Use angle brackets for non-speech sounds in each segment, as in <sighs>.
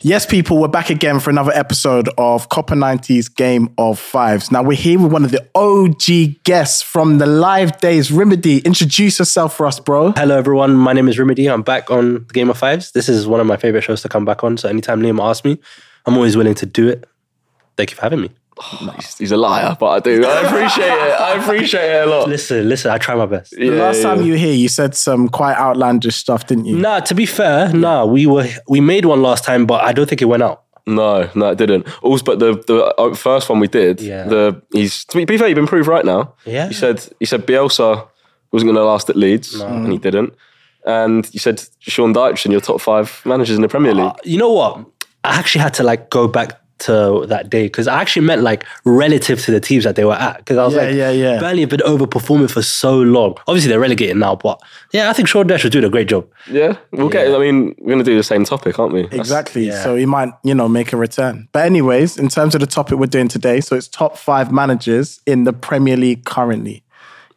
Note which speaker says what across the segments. Speaker 1: Yes, people, we're back again for another episode of Copper 90s Game of Fives. Now, we're here with one of the OG guests from the live days, Remedy. Introduce yourself for us, bro.
Speaker 2: Hello, everyone. My name is Remedy. I'm back on the Game of Fives. This is one of my favorite shows to come back on. So anytime Liam asks me, I'm always willing to do it. Thank you for having me.
Speaker 3: He's, he's a liar, but I do. I appreciate it. I appreciate it a lot.
Speaker 2: Listen, listen. I try my best.
Speaker 1: The
Speaker 3: Yeah,
Speaker 1: last
Speaker 3: yeah.
Speaker 1: time you were here, you said some quite outlandish stuff, didn't you?
Speaker 2: Nah, to be fair, nah. We were we made one last time, but I don't think it went out.
Speaker 3: No, no, it didn't. Also, but the the uh, first one we did,
Speaker 2: Yeah.
Speaker 3: the he's to be fair, you've been proved right now.
Speaker 2: Yeah.
Speaker 3: You said you said Bielsa wasn't going to last at Leeds, and he didn't. And you said Sean Dyche in your top five managers in the Premier League.
Speaker 2: You know what? I actually had to like go back to that day because I actually meant like relative to the teams that they were at because I was
Speaker 1: Yeah,
Speaker 2: like,
Speaker 1: yeah, yeah.
Speaker 2: Burnley have been overperforming for so long. Obviously, they're relegated now, but yeah, I think Sean Dash was doing a great job.
Speaker 3: yeah, we'll get. I mean, we're going to do the same topic, aren't we? That's-
Speaker 1: Exactly.
Speaker 2: yeah.
Speaker 1: So he might, you know, make a return. But anyways, in terms of the topic we're doing today, so it's top five managers in the Premier League currently.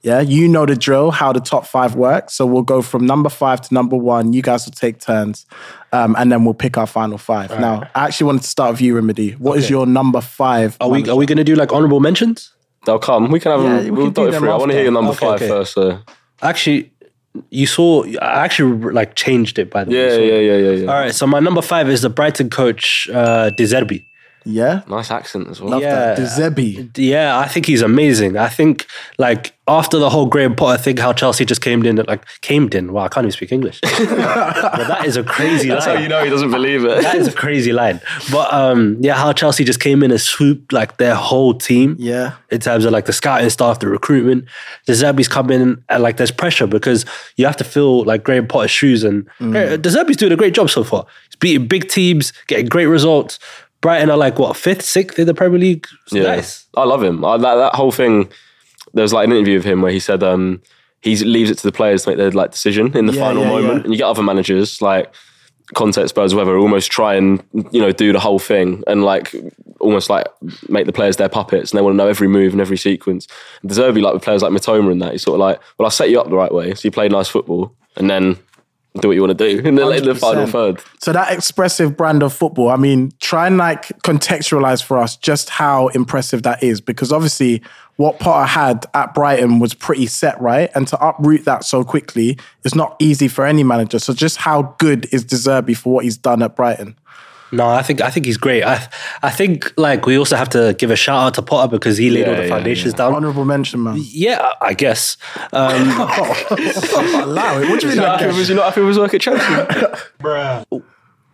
Speaker 1: Yeah, you know the drill, how the top five works. So we'll go from number five to number one. You guys will take turns, um, and then we'll pick our final five. Now, I actually wanted to start with you, Remedy. What is your number five?
Speaker 2: Are we are we going to do like honorable mentions?
Speaker 3: They'll come. We can have.
Speaker 1: Yeah,
Speaker 3: them,
Speaker 1: we
Speaker 3: we'll
Speaker 1: can do
Speaker 3: dot it
Speaker 1: them
Speaker 3: through. I want to
Speaker 1: after.
Speaker 3: hear your number
Speaker 2: Okay,
Speaker 3: five
Speaker 2: okay.
Speaker 3: first. So.
Speaker 2: actually you saw i actually like changed it by the way
Speaker 3: Yeah,
Speaker 2: So-
Speaker 3: yeah, yeah, yeah, yeah.
Speaker 2: all right so my number five is the brighton coach uh De Zerbi.
Speaker 1: yeah,
Speaker 3: Nice accent as well.
Speaker 2: Yeah.
Speaker 1: The Zebi.
Speaker 2: yeah i think he's amazing i think like after the whole graham potter thing how chelsea just came in like came in wow i can't even speak english <laughs> But that is a crazy
Speaker 3: That's how
Speaker 2: line
Speaker 3: you know he doesn't believe it.
Speaker 2: that is a crazy line but um yeah how chelsea just came in and swooped like their whole team
Speaker 1: Yeah,
Speaker 2: in terms of like the scouting staff, the recruitment. The Zerbi's come in and like there's pressure because you have to fill like Graham Potter's shoes. And
Speaker 1: Mm.
Speaker 2: hey, the Zerbi's doing a great job so far. He's beating big teams, getting great results. Brighton are like what fifth, sixth in the Premier League. It's Nice.
Speaker 3: I love him. I, that, that whole thing. There was like an interview of him where he said um, he leaves it to the players to make their like decision in the
Speaker 1: Yeah,
Speaker 3: final
Speaker 1: yeah,
Speaker 3: moment,
Speaker 1: yeah.
Speaker 3: and you get other managers like Conte, Spurs, whoever, almost try and you know do the whole thing and like almost like make the players their puppets, and they want to know every move and every sequence. And De Zerbi, like with players like Matoma and that, he's sort of like, well, I will set you up the right way, so you play nice football, and then do what you want to do <laughs> in the, in the final
Speaker 1: 100%.
Speaker 3: third.
Speaker 1: So that expressive brand of football, I mean, try and like contextualize for us just how impressive that is because obviously what Potter had at Brighton was pretty set, right? And to uproot that so quickly is not easy for any manager. So just how good is Deserby for what he's done at Brighton?
Speaker 2: No, I think I think he's great. I I think like we also have to give a shout out to Potter because he laid all
Speaker 3: Yeah,
Speaker 2: the
Speaker 3: yeah,
Speaker 2: foundations down.
Speaker 1: Honorable mention, man.
Speaker 2: Yeah, I guess.
Speaker 1: <laughs>
Speaker 2: Um,
Speaker 1: Allow it. What do you mean?
Speaker 3: Not happy, was you not happy with his work at Chelsea?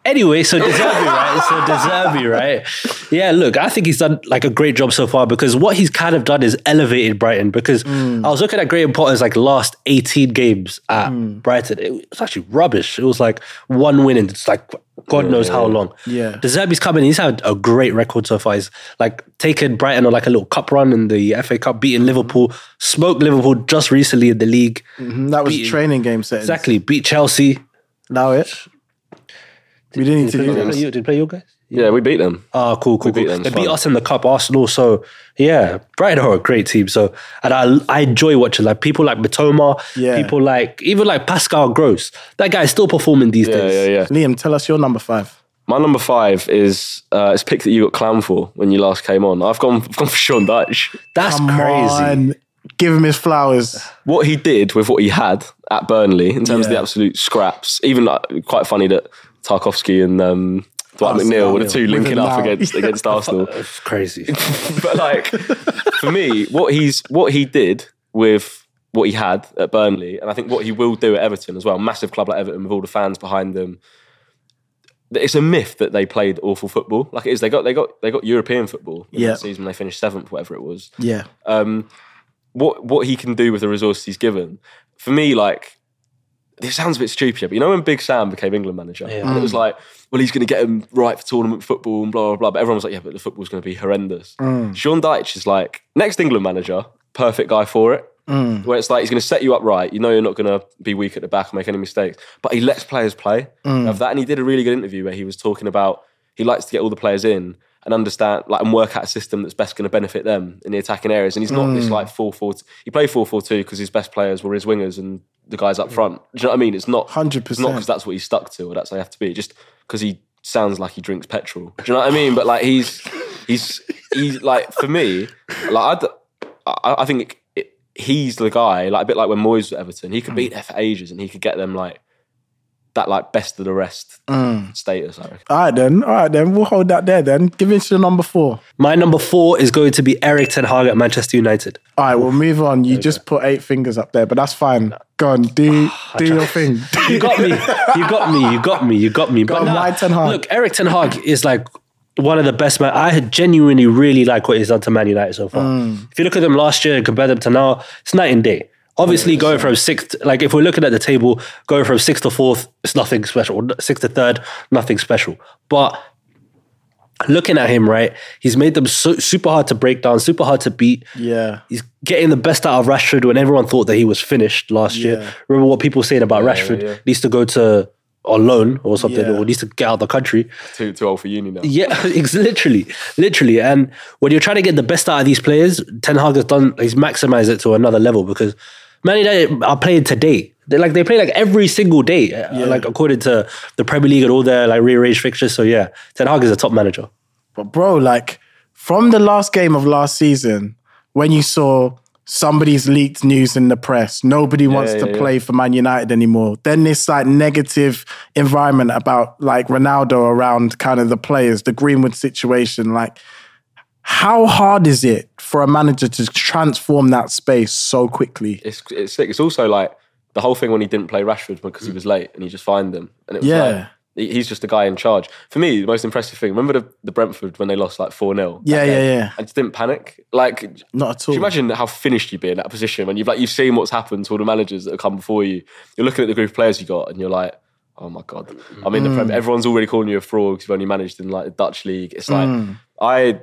Speaker 2: Anyway, so Deserby, right? So Deserby, right? Yeah, look, I think he's done like a great job so far because what he's kind of done is elevated Brighton. Because
Speaker 1: Mm.
Speaker 2: I was looking at Graham Potter's like last 18 games at
Speaker 1: Mm.
Speaker 2: Brighton. It was actually rubbish. It was like one win in it's like God knows how long.
Speaker 1: Yeah.
Speaker 2: Deserby's coming. He's had a great record so far. He's like taken Brighton on like a little cup run in the FA Cup, beating Liverpool, smoked Liverpool just recently in the league.
Speaker 1: That was training game setting.
Speaker 2: Exactly, beat Chelsea.
Speaker 1: Allow it. We didn't need to do
Speaker 2: Did
Speaker 1: this.
Speaker 2: you did you play your guys?
Speaker 3: yeah, we beat them.
Speaker 2: Ah, cool, cool,
Speaker 3: beat
Speaker 2: cool.
Speaker 3: them,
Speaker 2: They
Speaker 3: it's
Speaker 2: beat
Speaker 3: fine.
Speaker 2: us in the cup, Arsenal. So yeah, Brighton are a great team. So and I I enjoy watching like people like Matoma,
Speaker 1: Yeah.
Speaker 2: people like even like Pascal Gross. That guy is still performing these
Speaker 3: Yeah,
Speaker 2: days.
Speaker 3: yeah, yeah.
Speaker 1: Liam, tell us your number five.
Speaker 3: My number five is uh, it's a pick that you got clown for when you last came on. I've gone, <laughs> I've gone for Sean Dyche.
Speaker 2: That's
Speaker 1: Come
Speaker 2: crazy.
Speaker 1: on. Give him his flowers.
Speaker 3: What he did with what he had at Burnley in terms of the absolute scraps, even like, quite funny that Tarkovsky and um, Dwight
Speaker 1: Arsenal,
Speaker 3: McNeil were the
Speaker 1: yeah.
Speaker 3: two
Speaker 1: With
Speaker 3: linking
Speaker 1: him
Speaker 3: up
Speaker 1: now. <laughs>
Speaker 3: against against Arsenal.
Speaker 2: It's crazy.
Speaker 3: <laughs> But like for me, what he's what he did with what he had at Burnley, and I think what he will do at Everton as well, massive club like Everton with all the fans behind them. It's a myth that they played awful football. Like it is, they got they got they got European football in
Speaker 1: Yeah.
Speaker 3: that season. They finished seventh, whatever it was
Speaker 1: Yeah.
Speaker 3: um, what what he can do with the resources he's given. For me, like this sounds a bit stupid, but you know when Big Sam became England manager,
Speaker 2: Yeah.
Speaker 3: and it was like, well, he's going to get him right for tournament football and blah blah blah. But everyone was like, yeah, but the football's going to be horrendous. Sean Dyche is like next England manager, perfect guy for it. Where it's like he's going to set you up right. You know you're not going to be weak at the back or make any mistakes, but he lets players play of that. And he did a really good interview where he was talking about he likes to get all the players in and understand like and work out a system that's best going to benefit them in the attacking areas. And he's not this like four four. He played four four two because his best players were his wingers and the guys up front. Do you know what I mean? It's not
Speaker 1: 100%.
Speaker 3: It's not because that's what he's stuck to or that's how you have to be. Just because he sounds like he drinks petrol. Do you know what I mean? But like he's he's he's like for me, like I'd, I I think it, it, he's the guy. Like a bit like when Moyes was at Everton, he could be there for ages and he could get them like that like best of the rest status. I reckon.
Speaker 1: All right then. All right then. We'll hold that there then. Give it to the number four.
Speaker 2: My number four is going to be Eric Ten Hag at Manchester United.
Speaker 1: All right, we'll move on. You just put eight fingers up there, but that's fine. Go on,
Speaker 3: <sighs>
Speaker 1: do do your thing.
Speaker 2: You got me. You got me. You got me. You got me. But
Speaker 1: on,
Speaker 2: nah,
Speaker 1: why Ten Hag?
Speaker 2: look, Eric Ten Hag is like one of the best man. I genuinely really like what he's done to Man United so far.
Speaker 1: Mm.
Speaker 2: If you look at them last year and compare them to now, it's night and day. Obviously, going from sixth, like if we're looking at the table, going from sixth to fourth, it's nothing special. Sixth to third, nothing special. But looking at him, right, he's made them so, super hard to break down, super hard to beat.
Speaker 1: Yeah.
Speaker 2: He's getting the best out of Rashford when everyone thought that he was finished last
Speaker 1: Yeah.
Speaker 2: year. Remember what people saying about Rashford needs to go to on loan or something,
Speaker 1: Yeah.
Speaker 2: or needs to get out of the country. <laughs>
Speaker 3: Too too old for uni now.
Speaker 2: Yeah, <laughs> it's literally, literally. And when you're trying to get the best out of these players, Ten Hag has done. He's maximized it to another level because Man United are playing today. They like they play like every single day, uh, like according to the Premier League and all their like rearranged fixtures. So yeah, Ten Hag is a top manager.
Speaker 1: But bro, like from the last game of last season, when you saw somebody's leaked news in the press, nobody wants to
Speaker 3: yeah, yeah.
Speaker 1: play for Man United anymore. Then this like negative environment about like Ronaldo around kind of the players, the Greenwood situation, like how hard is it for a manager to transform that space so quickly?
Speaker 3: It's it's sick. It's also like the whole thing when he didn't play Rashford because he was late and he just fined him. And it was
Speaker 1: Yeah.
Speaker 3: like he- he's just the guy in charge. For me, the most impressive thing, remember the, the Brentford when they lost like 4 0?
Speaker 1: Yeah, yeah, yeah.
Speaker 3: I just didn't panic. Like
Speaker 1: Not at all.
Speaker 3: Can you imagine how finished you'd be in that position when you've like you've seen what's happened to all the managers that have come before you? You're looking at the group of players you got and you're like, oh my god, I'm
Speaker 1: Mm.
Speaker 3: in the Premier. Everyone's already calling you a fraud because you've only managed in like the Dutch league. It's like
Speaker 1: Mm.
Speaker 3: I,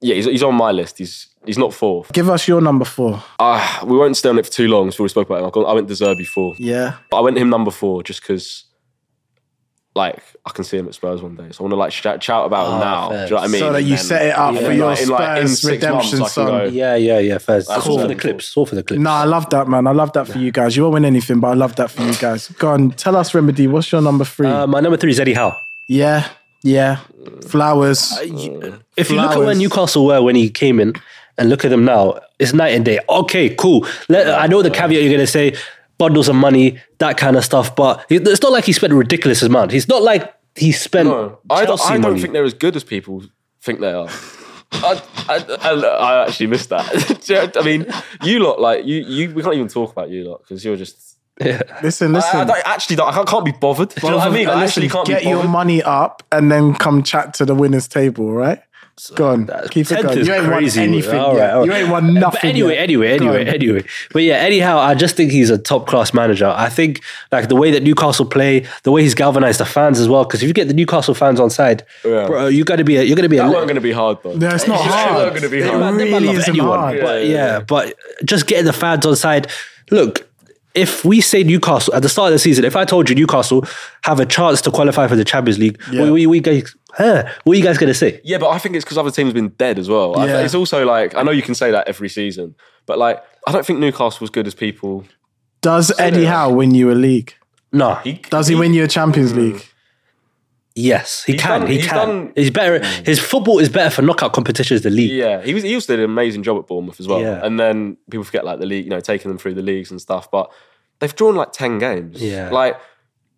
Speaker 3: yeah, he's, he's on my list. He's he's not fourth.
Speaker 1: Give us your number four.
Speaker 3: Ah, we won't stay on it for too long. So we spoke about him. I got- I went to Zerbi four.
Speaker 1: Yeah.
Speaker 3: But I went him number four just because. Like I can see him at Spurs one day, so I want to like shout, shout about
Speaker 2: Ah,
Speaker 3: him now. Do you know what I mean?
Speaker 1: So that you
Speaker 3: And
Speaker 1: set it up
Speaker 3: then-
Speaker 1: for
Speaker 3: and
Speaker 1: your
Speaker 3: like, in, like, in
Speaker 1: Spurs
Speaker 3: six months,
Speaker 1: redemption
Speaker 3: I can
Speaker 1: song.
Speaker 3: go,
Speaker 2: Yeah, yeah, yeah. First, it's all for the
Speaker 3: cool.
Speaker 2: clips. It's all for the clips.
Speaker 1: No, I love that, man. I love that for you guys. You won't win anything, but I love that for you guys. Go on, tell us, Remedy, what's your number three?
Speaker 3: Um,
Speaker 2: Uh, my number three is Eddie Howe.
Speaker 1: yeah, yeah. Flowers.
Speaker 3: Uh,
Speaker 2: If you look at where
Speaker 1: Flowers.
Speaker 2: Newcastle were when he came in and look at them now, it's night and day. Okay, cool. Let, I know the caveat you're going to say bundles of money, that kind of stuff, but it- it's not like he spent a ridiculous amount. He's not like he spent
Speaker 3: No, I don't,
Speaker 2: Chelsea
Speaker 3: I don't
Speaker 2: money.
Speaker 3: think they're as good as people think they are. I, I, I, I actually missed that. <laughs> Do you know what I mean, you lot, like you, you, we can't even talk about you lot because you're just.
Speaker 1: Listen, listen.
Speaker 3: I, I don't, actually, don't, I can't, can't be bothered. Do you know what I mean? I actually can't
Speaker 1: get
Speaker 3: be
Speaker 1: your
Speaker 3: bothered.
Speaker 1: money up and then come chat to the winners' table, right? Go on, keep it
Speaker 2: Tenth
Speaker 1: going.
Speaker 2: is
Speaker 1: You ain't
Speaker 2: crazy.
Speaker 1: won anything.
Speaker 2: All
Speaker 1: yet.
Speaker 2: right, all right.
Speaker 1: You ain't won nothing.
Speaker 2: But anyway,
Speaker 1: yet.
Speaker 2: anyway, anyway, anyway. But yeah, anyhow, I just think he's a top class manager. I think like the way that Newcastle play, the way he's galvanized the fans as well. Because if you get the Newcastle fans on side,
Speaker 3: Yeah.
Speaker 2: bro, you got to be a, you're going to be a
Speaker 3: That weren't going to be hard though.
Speaker 1: No, it's not
Speaker 3: It's
Speaker 1: hard.
Speaker 3: not gonna be
Speaker 1: It
Speaker 3: hard. They might-
Speaker 2: they might
Speaker 1: really
Speaker 2: love
Speaker 1: isn't
Speaker 2: anyone,
Speaker 1: hard.
Speaker 2: But yeah, but just getting the fans on side. Look, if we say Newcastle at the start of the season, if I told you Newcastle have a chance to qualify for the Champions League,
Speaker 1: Yeah.
Speaker 2: we, we, we guys, huh, what are you guys going to say?
Speaker 3: Yeah, but I think it's because other teams have been dead as well. I-
Speaker 1: Yeah.
Speaker 3: it's also like I know you can say that every season, but like I don't think Newcastle was good as people.
Speaker 1: Does Eddie Howe win you a league?
Speaker 2: No.
Speaker 1: Does he win you a Champions League?
Speaker 3: Mm.
Speaker 2: yes, he can.
Speaker 3: done-
Speaker 2: he
Speaker 3: he's
Speaker 2: can.
Speaker 3: done-
Speaker 2: he's better. His football is better for knockout competitions than league.
Speaker 3: Yeah, he was. He also did an amazing job at Bournemouth as well.
Speaker 2: Yeah.
Speaker 3: And then people forget like the league, you know, taking them through the leagues and stuff. But they've drawn like ten games.
Speaker 2: Yeah.
Speaker 3: like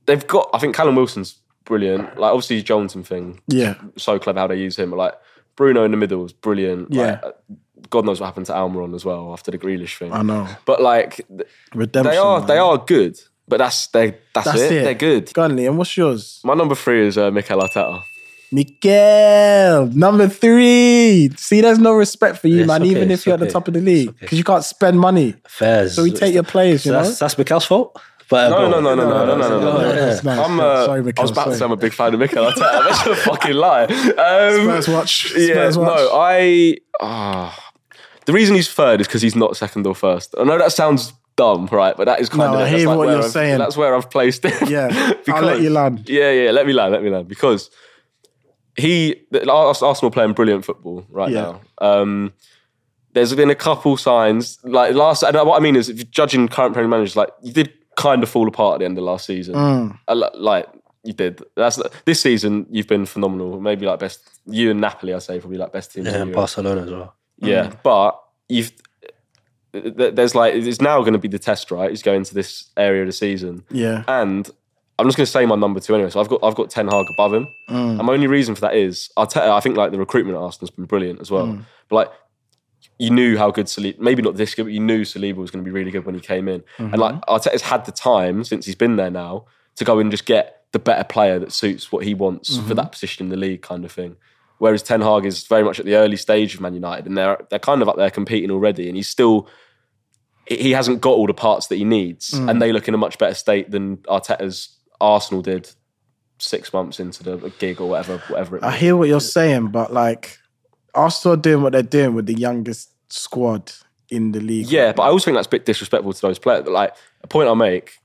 Speaker 3: they've got. I think Callum Wilson's brilliant. Like obviously his Johnson thing,
Speaker 1: Yeah.
Speaker 3: so clever how they use him. But like Bruno in the middle was brilliant.
Speaker 1: Yeah.
Speaker 3: Like, uh, God knows what happened to Almiron as well after the Grealish thing.
Speaker 1: I know.
Speaker 3: But like th-
Speaker 1: Redemption.
Speaker 3: they are,
Speaker 1: man.
Speaker 3: they are good. But that's they. That's,
Speaker 1: That's
Speaker 3: it.
Speaker 1: it.
Speaker 3: They're good.
Speaker 1: Go on, Liam. What's yours?
Speaker 3: My number three is uh, Mikel Arteta.
Speaker 1: Miguel, number three. See, there's no respect for you,
Speaker 2: It's
Speaker 1: man,
Speaker 2: okay,
Speaker 1: even if
Speaker 2: it's
Speaker 1: you're at the
Speaker 2: okay,
Speaker 1: top of the league,
Speaker 2: it's okay.
Speaker 1: because you can't spend money.
Speaker 2: Fairs.
Speaker 1: So we take your players, you
Speaker 2: So
Speaker 1: know?
Speaker 2: that's, that's Mikel's fault.
Speaker 1: Oh,
Speaker 2: But,
Speaker 3: No,
Speaker 2: uh,
Speaker 3: no, no, no, no, no, no, no,
Speaker 2: go
Speaker 3: no.
Speaker 2: ahead.
Speaker 1: That's nice.
Speaker 3: I'm, uh,
Speaker 1: sorry,
Speaker 3: I
Speaker 1: Miguel.
Speaker 3: was about to say I'm
Speaker 1: sorry.
Speaker 3: a big fan of Mikel Arteta. <laughs> That's a fucking lie. Um,
Speaker 1: Spurs watch.
Speaker 3: <laughs> Yeah,
Speaker 1: Spurs watch.
Speaker 3: no, I. ah, the reason he's third is because he's not second or first. I know that sounds dumb, right? But that is kind
Speaker 1: No,
Speaker 3: of
Speaker 1: I
Speaker 3: that's
Speaker 1: hear
Speaker 3: like
Speaker 1: what
Speaker 3: where
Speaker 1: you're
Speaker 3: I've-
Speaker 1: saying.
Speaker 3: That's where I've placed it. <laughs>
Speaker 1: Yeah, I'll let you land.
Speaker 3: Yeah, yeah, let me land, let me land because he the- Ars- Arsenal playing brilliant football right
Speaker 1: Yeah.
Speaker 3: now. Um, there's been a couple signs like last. And what I mean
Speaker 1: Mm.
Speaker 3: is, if you're judging current Premier managers, like you did kind of fall apart at the end of last season. A lo- Like you did. That's this season. You've been phenomenal. Maybe like best. You and Napoli, I say, probably like best team.
Speaker 2: Yeah,
Speaker 3: in
Speaker 2: and
Speaker 3: Europe.
Speaker 2: Barcelona as well.
Speaker 3: Yeah, but you've th- there's like it's now going to be the test, right? It's going to this area of the season,
Speaker 1: Yeah.
Speaker 3: and I'm just going to say my number two anyway. So I've got I've got Ten Hag above him, and my only reason for that is Arteta. I think like the recruitment at Arsenal's been brilliant as well, but like. You knew how good Saliba, maybe not this good, but you knew Saliba was going to be really good when he came in. And like Arteta's had the time since he's been there now to go and just get the better player that suits what he wants for that position in the league, kind of thing. Whereas Ten Hag is very much at the early stage of Man United, and they're they're kind of up there competing already, and he's still he hasn't got all the parts that he needs, and they look in a much better state than Arteta's Arsenal did six months into the gig or whatever, whatever it
Speaker 1: I
Speaker 3: was.
Speaker 1: hear what you're saying, but like Arsenal are doing what they're doing with the youngest squad in the league.
Speaker 3: Yeah, but I also think that's a bit disrespectful to those players. Like a point I make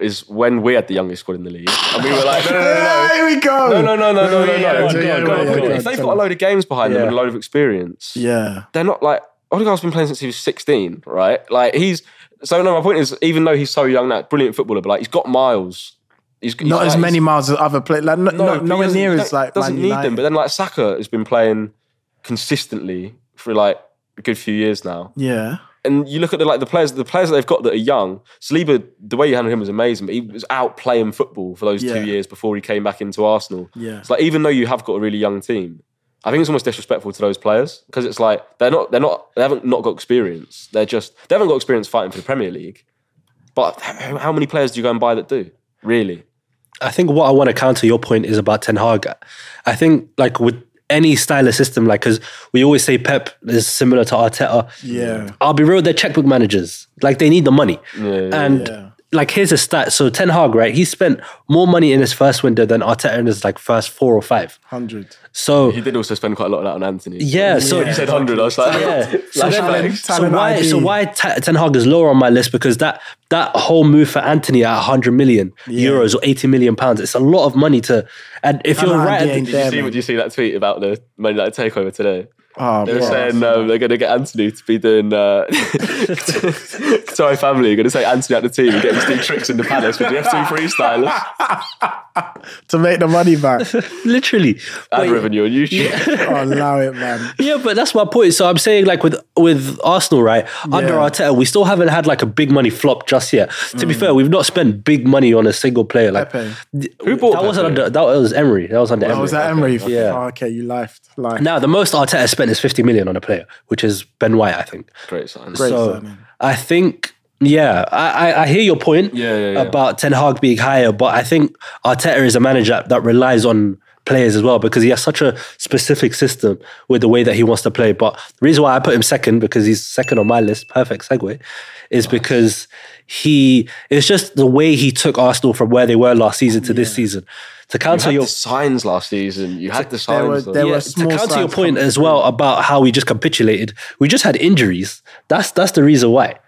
Speaker 3: is when we had the youngest squad in the league, and we
Speaker 1: <laughs>
Speaker 3: were like, no, no, no, no.
Speaker 1: Ah, here we go.
Speaker 3: No, no, no, no, no, no,
Speaker 2: Yeah, yeah, yeah,
Speaker 3: no. Go on, go on,
Speaker 2: yeah,
Speaker 3: go on.
Speaker 2: yeah,
Speaker 3: If they've
Speaker 1: yeah.
Speaker 3: got a load of games behind them
Speaker 2: Yeah.
Speaker 3: and a load of experience,
Speaker 1: Yeah.
Speaker 3: they're not like Odegaard's been playing since he was 16, right? Like he's so no, my point is even though he's so young now, brilliant footballer, but like he's got miles. He's, he's
Speaker 1: Not
Speaker 3: like,
Speaker 1: as many
Speaker 3: he's-
Speaker 1: miles as other players. Like, no, no,
Speaker 3: but he
Speaker 1: nowhere
Speaker 3: doesn't-
Speaker 1: near
Speaker 3: he
Speaker 1: as
Speaker 3: don't-
Speaker 1: like
Speaker 3: doesn't
Speaker 1: Man
Speaker 3: need
Speaker 1: United.
Speaker 3: them. But then like Saka has been playing consistently for like a good few years now.
Speaker 1: yeah.
Speaker 3: And you look at the like the players, the players that they've got that are young. Saliba, the way you handled him was amazing, but he was out playing football for those
Speaker 1: Yeah.
Speaker 3: two years before he came back into Arsenal.
Speaker 1: Yeah.
Speaker 3: It's like even though you have got a really young team, I think it's almost disrespectful to those players because it's like they're not they're not they haven't not got experience. They're just they haven't got experience fighting for the Premier League. But how how many players do you go and buy that do really?
Speaker 2: I think what I want to counter your point is about Ten Hag. I think like with any style of system, like because we always say Pep is similar to Arteta.
Speaker 1: Yeah.
Speaker 2: I'll be real, they're checkbook managers. Like they need the money.
Speaker 3: yeah,
Speaker 2: and
Speaker 1: yeah.
Speaker 2: like here's a stat. So Ten Hag, right? He spent more money in his first window than Arteta in his like first four or five.
Speaker 1: Hundred.
Speaker 2: So
Speaker 3: He did also spend quite a lot of that on Anthony.
Speaker 2: yeah, so
Speaker 3: you said hundred. I was <laughs> like,
Speaker 2: yeah. <laughs> So,
Speaker 3: Flashbacks.
Speaker 2: then,
Speaker 1: talent-
Speaker 2: so
Speaker 1: talent
Speaker 2: why
Speaker 1: ID.
Speaker 2: so why Ta- Ten Hag is lower on my list because that that whole move for Anthony at 100 million euros or 80 million pounds it's a lot of money to and if you're
Speaker 1: Talent
Speaker 2: right
Speaker 1: ID
Speaker 2: at the,
Speaker 1: ain't
Speaker 3: Did you
Speaker 1: there,
Speaker 3: see?
Speaker 1: man.
Speaker 3: Did you see that tweet about the Man United takeover today?
Speaker 1: Oh,
Speaker 3: They were
Speaker 1: bro.
Speaker 3: saying um, they're going to get Anthony to be doing. Uh, <laughs> Sorry, family. You're going to say Anthony out the team and get him to do tricks in the palace with the F2
Speaker 2: <laughs>
Speaker 3: freestylers.
Speaker 1: to make the money
Speaker 3: <laughs>
Speaker 1: back.
Speaker 2: literally
Speaker 3: Ad
Speaker 2: But-
Speaker 3: revenue on YouTube.
Speaker 1: oh, allow it, man.
Speaker 2: yeah but that's my point so I'm saying like with with Arsenal right under
Speaker 1: Yeah.
Speaker 2: Arteta we still haven't had like a big money flop just yet to be fair we've not spent big money on a single player like
Speaker 1: Mm. Pepe.
Speaker 2: who
Speaker 3: bought
Speaker 2: that wasn't
Speaker 3: Pepe?
Speaker 2: under that was Emery that was under
Speaker 1: Oh,
Speaker 2: Emery
Speaker 1: was that Emery?
Speaker 2: Yeah.
Speaker 1: Oh, okay, you lifed. Life.
Speaker 2: now the most Arteta spent is 50 million on a player which is Ben White I think
Speaker 3: Great sign.
Speaker 2: So
Speaker 1: signing.
Speaker 2: I think, yeah, I, I, I hear your point
Speaker 3: Yeah, yeah, yeah.
Speaker 2: about Ten Hag being higher, but I think Arteta is a manager that relies on players as well because he has such a specific system with the way that he wants to play. But the reason why I put him second, because he's second on my list, perfect segue, is because he, it's just the way he took Arsenal from where they were last season to this season. To
Speaker 3: You
Speaker 2: counter
Speaker 3: had
Speaker 2: your
Speaker 3: the signs last season. You had the
Speaker 1: There were,
Speaker 3: signs. though.
Speaker 1: there were
Speaker 2: yeah, to
Speaker 1: small
Speaker 2: counter your
Speaker 1: signs
Speaker 2: point
Speaker 1: coming
Speaker 2: as well about how we just capitulated, we just had injuries. That's that's the reason why.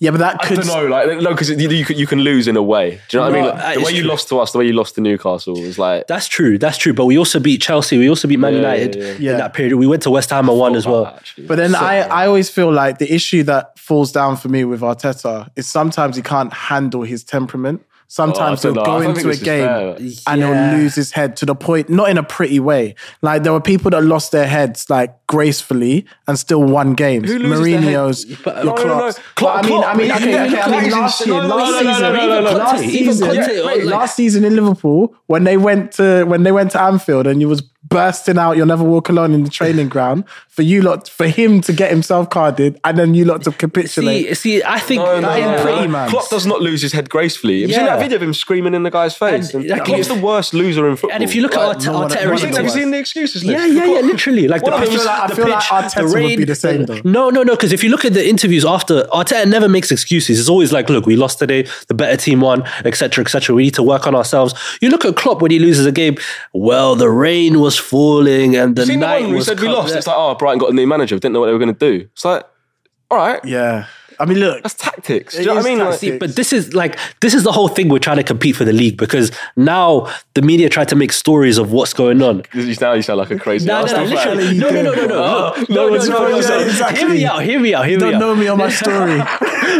Speaker 1: Yeah, but that
Speaker 3: I
Speaker 1: could.
Speaker 3: don't know, like no, because you, you can you can lose in a way. Do you know what I
Speaker 2: No,
Speaker 3: mean? Like, the
Speaker 2: it's
Speaker 3: way you
Speaker 2: true.
Speaker 3: lost to us, the way you lost to Newcastle was like
Speaker 2: That's true. That's true. But we also beat Chelsea. We also beat Man
Speaker 3: Yeah, yeah,
Speaker 2: United
Speaker 3: yeah.
Speaker 1: Yeah.
Speaker 2: in that period. We went to West Ham and won as well.
Speaker 3: Actually.
Speaker 1: But then I, I always feel like the issue that falls down for me with Arteta is sometimes he can't handle his temperament. Sometimes
Speaker 3: Oh, I
Speaker 1: he'll
Speaker 3: don't know.
Speaker 1: go
Speaker 3: I don't
Speaker 1: into
Speaker 3: think
Speaker 1: a
Speaker 3: this is fair.
Speaker 1: game and
Speaker 2: Yeah.
Speaker 1: he'll lose his head to the point, not in a pretty way. Like there were people that lost their heads like gracefully and still won games.
Speaker 3: Who loses their head?
Speaker 1: Mourinho's,
Speaker 2: But-
Speaker 1: your
Speaker 2: No,
Speaker 3: no, no.
Speaker 1: Klopp's.
Speaker 2: Klopp-
Speaker 1: But I mean, I mean,
Speaker 2: Klopp,
Speaker 1: okay, okay,
Speaker 2: even
Speaker 1: I mean,
Speaker 2: Klopp
Speaker 1: last
Speaker 3: isn't-
Speaker 1: year,
Speaker 3: no, no,
Speaker 1: last
Speaker 3: no, no,
Speaker 1: season,
Speaker 3: no, no, no, no.
Speaker 1: last
Speaker 2: Conte, even
Speaker 1: season,
Speaker 2: Conte,
Speaker 1: yeah,
Speaker 2: like-
Speaker 1: mate, last season in Liverpool when they went to when they went to Anfield and you was bursting out, "You'll never walk alone" in the training ground for you lot for him to get himself carded and then you lot to capitulate.
Speaker 2: See, see, I think
Speaker 3: No, no,
Speaker 1: That
Speaker 3: no,
Speaker 1: ain't
Speaker 3: no.
Speaker 1: pretty, man.
Speaker 3: Klopp does not lose his head gracefully. Have you seen
Speaker 2: Yeah.
Speaker 3: that video of him screaming in the guy's face?
Speaker 2: And,
Speaker 3: And,
Speaker 2: like,
Speaker 3: Klopp's
Speaker 2: if-
Speaker 3: the worst loser in football.
Speaker 2: and if you look at
Speaker 3: Like,
Speaker 2: Arte-
Speaker 1: no one-
Speaker 2: Arteta,
Speaker 1: no
Speaker 3: have you seen- have you
Speaker 1: worse.
Speaker 3: seen the excuses? List?
Speaker 2: yeah, yeah, yeah, literally. Like
Speaker 3: Well,
Speaker 2: the
Speaker 3: I
Speaker 2: pitch,
Speaker 3: feel like- I
Speaker 2: the
Speaker 1: feel like
Speaker 2: pitch,
Speaker 1: Arteta
Speaker 2: the
Speaker 1: would
Speaker 2: rain,
Speaker 1: be the same, though.
Speaker 2: No, no, no. Because if you look at the interviews after, Arteta never makes excuses. It's always like, look, we lost today. The better team won, etc., cetera, etc. We need to work on ourselves. You look at Klopp when he loses a game. Well, the rain was falling and the
Speaker 3: Seen the
Speaker 2: night
Speaker 3: one who
Speaker 2: was.
Speaker 3: said we
Speaker 2: co-
Speaker 3: lost. It's like, oh, Brighton got a new manager. We didn't know what they were going to do. It's like, all right,
Speaker 1: Yeah, I mean, look,
Speaker 3: That's tactics. Do you know
Speaker 1: is
Speaker 3: what I mean? Like,
Speaker 1: tactics.
Speaker 2: But this is like this is the whole thing we're trying to compete for the league because now the media try to make stories of what's going on.
Speaker 3: you sound, you sound like a crazy
Speaker 2: No, no, no,
Speaker 3: Arsenal fan.
Speaker 2: literally, no, no, no, no, no, no,
Speaker 3: Oh,
Speaker 2: no,
Speaker 3: no
Speaker 2: no,
Speaker 3: one's
Speaker 2: no, no,
Speaker 3: following
Speaker 2: no.
Speaker 1: that, exactly.
Speaker 2: Hear me out. Hear me out. Hear me
Speaker 1: don't
Speaker 2: out.
Speaker 1: know me on
Speaker 2: <laughs>
Speaker 1: my story.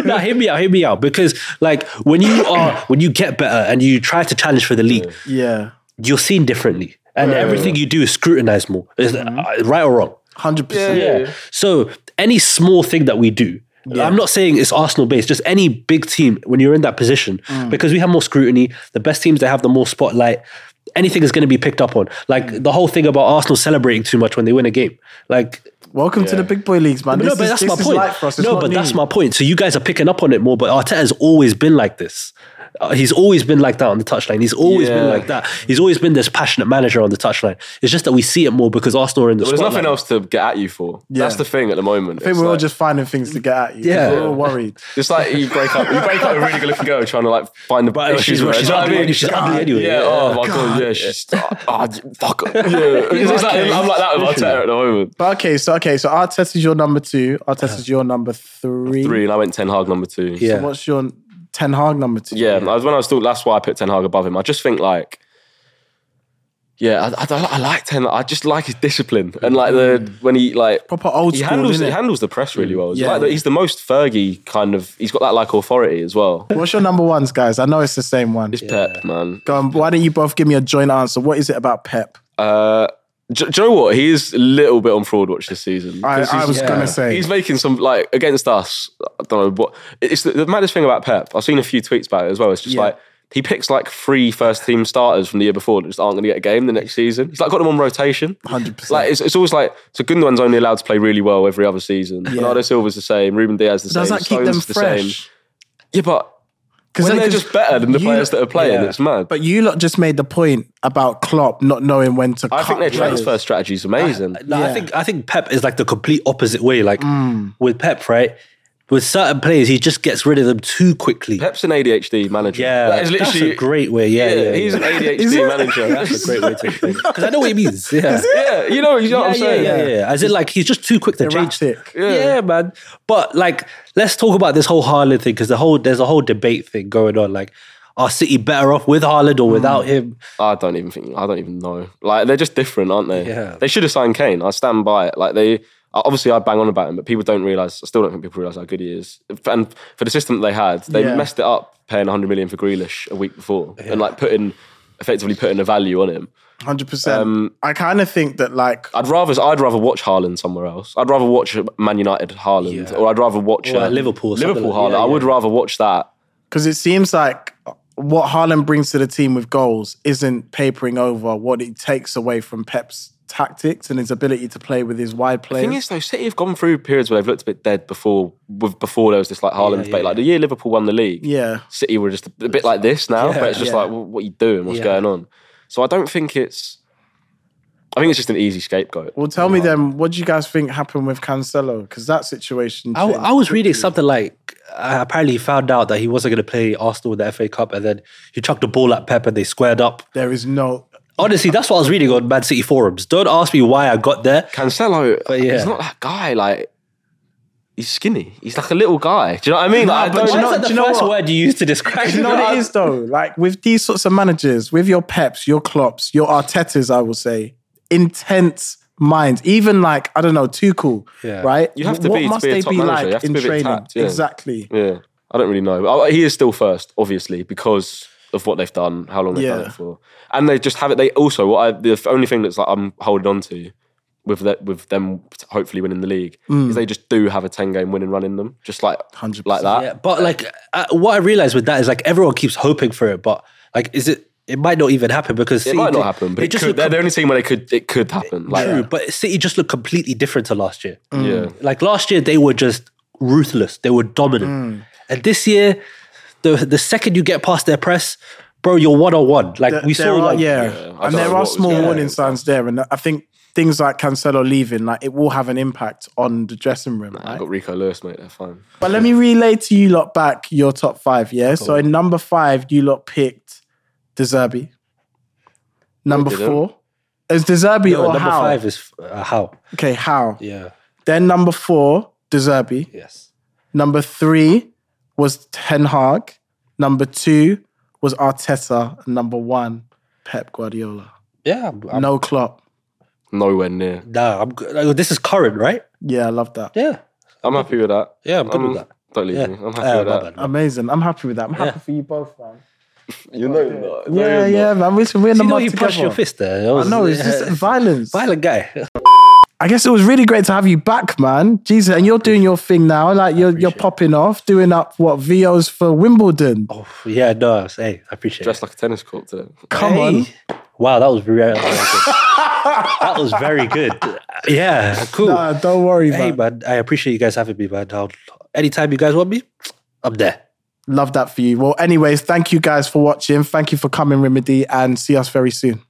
Speaker 2: no, hear me out, hear me out. Because like when you are when you get better and you try to challenge for the league,
Speaker 1: yeah,
Speaker 2: you're seen differently. And everything you do is scrutinized more. Is
Speaker 1: Mm-hmm.
Speaker 2: uh, right or wrong.
Speaker 1: hundred percent.
Speaker 3: Yeah.
Speaker 2: So any small thing that we do, I'm not saying it's Arsenal based, just any big team, when you're in that position,
Speaker 1: Mm.
Speaker 2: because we have more scrutiny, the best teams that have the more spotlight, anything is going to be picked up on. Like
Speaker 1: Mm.
Speaker 2: the whole thing about Arsenal celebrating too much when they win a game. Like
Speaker 1: Welcome to the big boy leagues, man.
Speaker 2: no,
Speaker 1: this
Speaker 2: but
Speaker 1: is,
Speaker 2: that's
Speaker 1: this
Speaker 2: my
Speaker 1: is
Speaker 2: point.
Speaker 1: life for us. It's
Speaker 2: no,
Speaker 1: not
Speaker 2: but that's
Speaker 1: new.
Speaker 2: my point. So you guys are picking up on it more, but Arteta's always been like this. Uh, he's always been like that on the touchline. He's always been
Speaker 3: Yeah.
Speaker 2: like that. He's always been this passionate manager on the touchline. It's just that we see it more because Arsenal are in the
Speaker 3: There's
Speaker 2: spotlight.
Speaker 3: nothing else to get at you for. That's the thing at the moment.
Speaker 1: I think we're all just finding things to get at you.
Speaker 2: Yeah.
Speaker 1: Yeah, we're all worried.
Speaker 3: It's like you break up, you break up with a really good-looking girl trying to like find the
Speaker 2: But she's,
Speaker 3: issues with her.
Speaker 2: she's
Speaker 3: Do you know what
Speaker 2: ugly,
Speaker 3: I mean?
Speaker 2: she's ugly anyway.
Speaker 3: Yeah, oh my god, yeah, she's oh, oh, fuck.
Speaker 2: <laughs>
Speaker 3: her. Yeah. It's like, I'm like that with Arteta at the moment.
Speaker 1: But okay, so okay, so Arteta's your number two. Arteta's your number three.
Speaker 3: Three, and I went Ten Hag number two.
Speaker 2: Yeah.
Speaker 1: So what's your Ten Hag number two?
Speaker 3: yeah. I was when I was still. That's why I put Ten Hag above him. I just think like, yeah, I, I, I like Ten. I just like his discipline and like the when he like
Speaker 1: Proper old
Speaker 3: he
Speaker 1: school.
Speaker 3: handles
Speaker 1: Mm. innit?
Speaker 3: he handles the press really well.
Speaker 1: Yeah.
Speaker 3: Yeah. he's the most Fergie kind of. He's got that like authority as well.
Speaker 1: What's your number ones, guys? I know it's the same one.
Speaker 3: It's Pep, man.
Speaker 1: Go on, why don't you both give me a joint answer? What is it about Pep?
Speaker 3: Uh, do, do you know what? He is a little bit on fraud watch this season.
Speaker 1: I,
Speaker 3: 'Cause
Speaker 1: I
Speaker 3: he's-
Speaker 1: was
Speaker 2: yeah.
Speaker 1: gonna say.
Speaker 3: He's making some like against us. I don't know what. It's the, the maddest thing about Pep. I've seen a few tweets about it as well. It's just
Speaker 1: Yeah.
Speaker 3: like he picks like three first team starters from the year before that just aren't going to get a game the next season. He's like got them on rotation.
Speaker 1: 100%.
Speaker 3: Like it's, it's always like so. Gundogan's only allowed to play really well every other season. Bernardo Silva's the same. Ruben Diaz the
Speaker 1: Does
Speaker 3: same.
Speaker 1: that keep
Speaker 3: Stones
Speaker 1: them
Speaker 3: the same.
Speaker 1: fresh?
Speaker 3: Yeah, but
Speaker 1: Because
Speaker 3: when they're just better than the players that are playing,
Speaker 2: yeah.
Speaker 3: it's mad.
Speaker 1: But you lot just made the point about Klopp not knowing when to.
Speaker 3: I
Speaker 1: cut
Speaker 3: think their
Speaker 1: players.
Speaker 3: transfer strategy is amazing.
Speaker 2: No, I
Speaker 1: Yeah.
Speaker 2: think I think Pep is like the complete opposite way. Like with Pep, right? With certain players, he just gets rid of them too quickly.
Speaker 3: Pep's an ADHD manager.
Speaker 2: yeah,
Speaker 3: that is literally
Speaker 2: that's a great way. Yeah,
Speaker 3: Yeah,
Speaker 2: yeah,
Speaker 3: he's
Speaker 2: yeah.
Speaker 3: an ADHD
Speaker 2: <laughs>
Speaker 3: manager.
Speaker 2: that's a great way to explain it. Because I know what he
Speaker 3: <laughs>
Speaker 2: means. Yeah.
Speaker 3: yeah, you know, you know what I'm
Speaker 2: yeah,
Speaker 3: saying.
Speaker 2: yeah, yeah, yeah. As in, like, he's just too quick to change.
Speaker 1: Erratic.
Speaker 2: Yeah. man. But like, let's talk about this whole Haaland thing because the whole there's a whole debate thing going on. Like, are City better off with Haaland or without him?
Speaker 3: I don't even think I don't even know. Like they're just different, aren't they?
Speaker 2: Yeah.
Speaker 3: They should have signed Kane. I stand by it. Like they obviously I bang on about him, but people don't realize. I still don't think people realize how good he is. And for the system that they had, they
Speaker 1: Yeah.
Speaker 3: messed it up paying 100 million for Grealish a week before and like putting effectively putting a value on him.
Speaker 1: Hundred
Speaker 3: Um,
Speaker 1: percent. I kind of think that like
Speaker 3: I'd rather I'd rather watch Haaland somewhere else. I'd rather watch Man United Haaland, or I'd rather watch um,
Speaker 2: Or, like, Liverpool or something
Speaker 3: Liverpool
Speaker 2: like-
Speaker 3: Haaland.
Speaker 2: yeah,
Speaker 3: I would
Speaker 2: yeah.
Speaker 3: rather watch that.
Speaker 1: because it seems like what Haaland brings to the team with goals isn't papering over what it takes away from Pep's tactics and his ability to play with his wide players.
Speaker 3: thing is, though, City have gone through periods where they've looked a bit dead before. With, before there was this like Haaland
Speaker 2: Yeah,
Speaker 3: debate,
Speaker 2: yeah,
Speaker 3: like the year Liverpool won the league,
Speaker 1: yeah,
Speaker 3: City were just a bit like this now.
Speaker 2: Yeah,
Speaker 3: but it's just
Speaker 2: yeah.
Speaker 3: like, well, what are you doing? What's
Speaker 2: Yeah.
Speaker 3: going on? So I don't think it's. I think it's just an easy scapegoat.
Speaker 1: well, tell me then, what do you guys think happened with Cancelo? Because that situation.
Speaker 2: I,
Speaker 1: changed.
Speaker 2: Oh, I was reading something like uh, apparently he found out that he wasn't going to play Arsenal in the FA Cup, and then he chucked the ball at Pep, and they squared up.
Speaker 1: there is no.
Speaker 2: Honestly, that's what I was reading on Man City forums. Don't ask me why I got there.
Speaker 3: Cancelo,
Speaker 2: yeah.
Speaker 3: he's not that guy. Like, he's skinny. He's like a little guy. Do you know what I mean? Like,
Speaker 1: but
Speaker 3: I don't-
Speaker 1: you
Speaker 2: Why
Speaker 1: know-
Speaker 2: is
Speaker 1: do
Speaker 2: that the
Speaker 1: you know
Speaker 2: first
Speaker 1: what?
Speaker 2: word Ah, you used to
Speaker 3: <laughs>
Speaker 2: describe?
Speaker 1: You know what it is though? Like with these sorts of managers, with your Peps, your Klops, your Artetas, I will say, intense minds. Even like I don't know, Tuchel,
Speaker 2: Yeah.
Speaker 1: right?
Speaker 3: You have to
Speaker 1: what
Speaker 3: be to
Speaker 1: must
Speaker 3: be a
Speaker 1: they
Speaker 3: top
Speaker 1: be
Speaker 3: manager. You
Speaker 1: like
Speaker 3: have to
Speaker 1: in
Speaker 3: be a bit
Speaker 1: training?
Speaker 3: tapped, yeah.
Speaker 1: Exactly.
Speaker 3: Yeah, I don't really know. But I- He is still first, obviously, because of what they've done, how long they've done
Speaker 1: Yeah.
Speaker 3: it for, and they just have it. They also what I, the only thing that's like I'm holding on to with that with them hopefully winning the league
Speaker 2: Mm.
Speaker 3: is they just do have a ten game winning run in them, just like
Speaker 1: 100%.
Speaker 3: like that.
Speaker 2: Yeah, but like uh, what I realized with that is like everyone keeps hoping for it, but like is it? It might not even happen because
Speaker 3: It might not happen, but it could, they're the only team where they could it could happen. Like,
Speaker 2: true. Mm. But City just looked completely different to last year.
Speaker 3: yeah,
Speaker 2: Like last year, they were just ruthless. They were
Speaker 1: Hmm.
Speaker 2: dominant, and this year, the the second you get past their press, bro, you're one on one. Like
Speaker 1: There-
Speaker 2: we
Speaker 1: there
Speaker 2: saw,
Speaker 1: are,
Speaker 2: like,
Speaker 1: yeah,
Speaker 3: I
Speaker 1: and
Speaker 3: don't
Speaker 1: there
Speaker 3: know what
Speaker 1: are
Speaker 3: was
Speaker 1: small
Speaker 3: going
Speaker 1: warning
Speaker 3: on.
Speaker 1: signs there, and I think things like Cancelo leaving, like it will have an impact on the dressing room.
Speaker 3: I
Speaker 1: right?
Speaker 3: got Rico Lewis, mate. They're fine.
Speaker 1: But let me relay to you lot back your top five. Yeah, so in number five, you lot picked Deserbi. Number
Speaker 3: didn't.
Speaker 1: four is Deserbi
Speaker 2: No,
Speaker 1: or
Speaker 2: number
Speaker 1: how?
Speaker 2: five is uh, how.
Speaker 1: Okay, how?
Speaker 2: Yeah.
Speaker 1: Then number four, Deserbi.
Speaker 2: Yes.
Speaker 1: Number three was Ten Hag. Number two was Arteta. And number one, Pep Guardiola.
Speaker 2: Yeah. I'm,
Speaker 1: No Klopp.
Speaker 3: Nowhere near.
Speaker 2: nah, I'm, good. Like, this is current, right?
Speaker 1: Yeah, I love that.
Speaker 2: Yeah.
Speaker 3: I'm happy with that.
Speaker 2: Yeah, I'm good
Speaker 3: Um,
Speaker 2: with that.
Speaker 3: Don't leave
Speaker 2: Yeah.
Speaker 3: me.
Speaker 2: Uh,
Speaker 3: I'm happy
Speaker 2: my
Speaker 3: with
Speaker 2: bad.
Speaker 3: that.
Speaker 1: Amazing. I'm happy with that. I'm happy for you both, man.
Speaker 3: You know you're not. No,
Speaker 1: Yeah,
Speaker 3: you're not.
Speaker 1: yeah, man. We should, we're in the
Speaker 2: You know,
Speaker 1: mud
Speaker 2: you pushed your
Speaker 1: together.
Speaker 2: fist there. It was-
Speaker 1: No, it's
Speaker 2: <laughs>
Speaker 1: just violence.
Speaker 2: violent guy.
Speaker 1: I guess it was really great to have you back, man. Jesus, and you're doing your thing now. Like you're you're popping off, doing up what VOs for Wimbledon.
Speaker 2: Oh, yeah, no, hey, I appreciate
Speaker 3: Dressed like a tennis court today.
Speaker 2: it.
Speaker 1: Come on.
Speaker 2: on. Wow, that was very <laughs> that was good. that was very good. Yeah, cool.
Speaker 1: Nah, don't worry,
Speaker 2: hey,
Speaker 1: man.
Speaker 2: man, I appreciate you guys having me, man. I'll, anytime you guys want me, I'm there.
Speaker 1: Love that for you. Well, anyways, thank you guys for watching. Thank you for coming, Remedy, and see us very soon.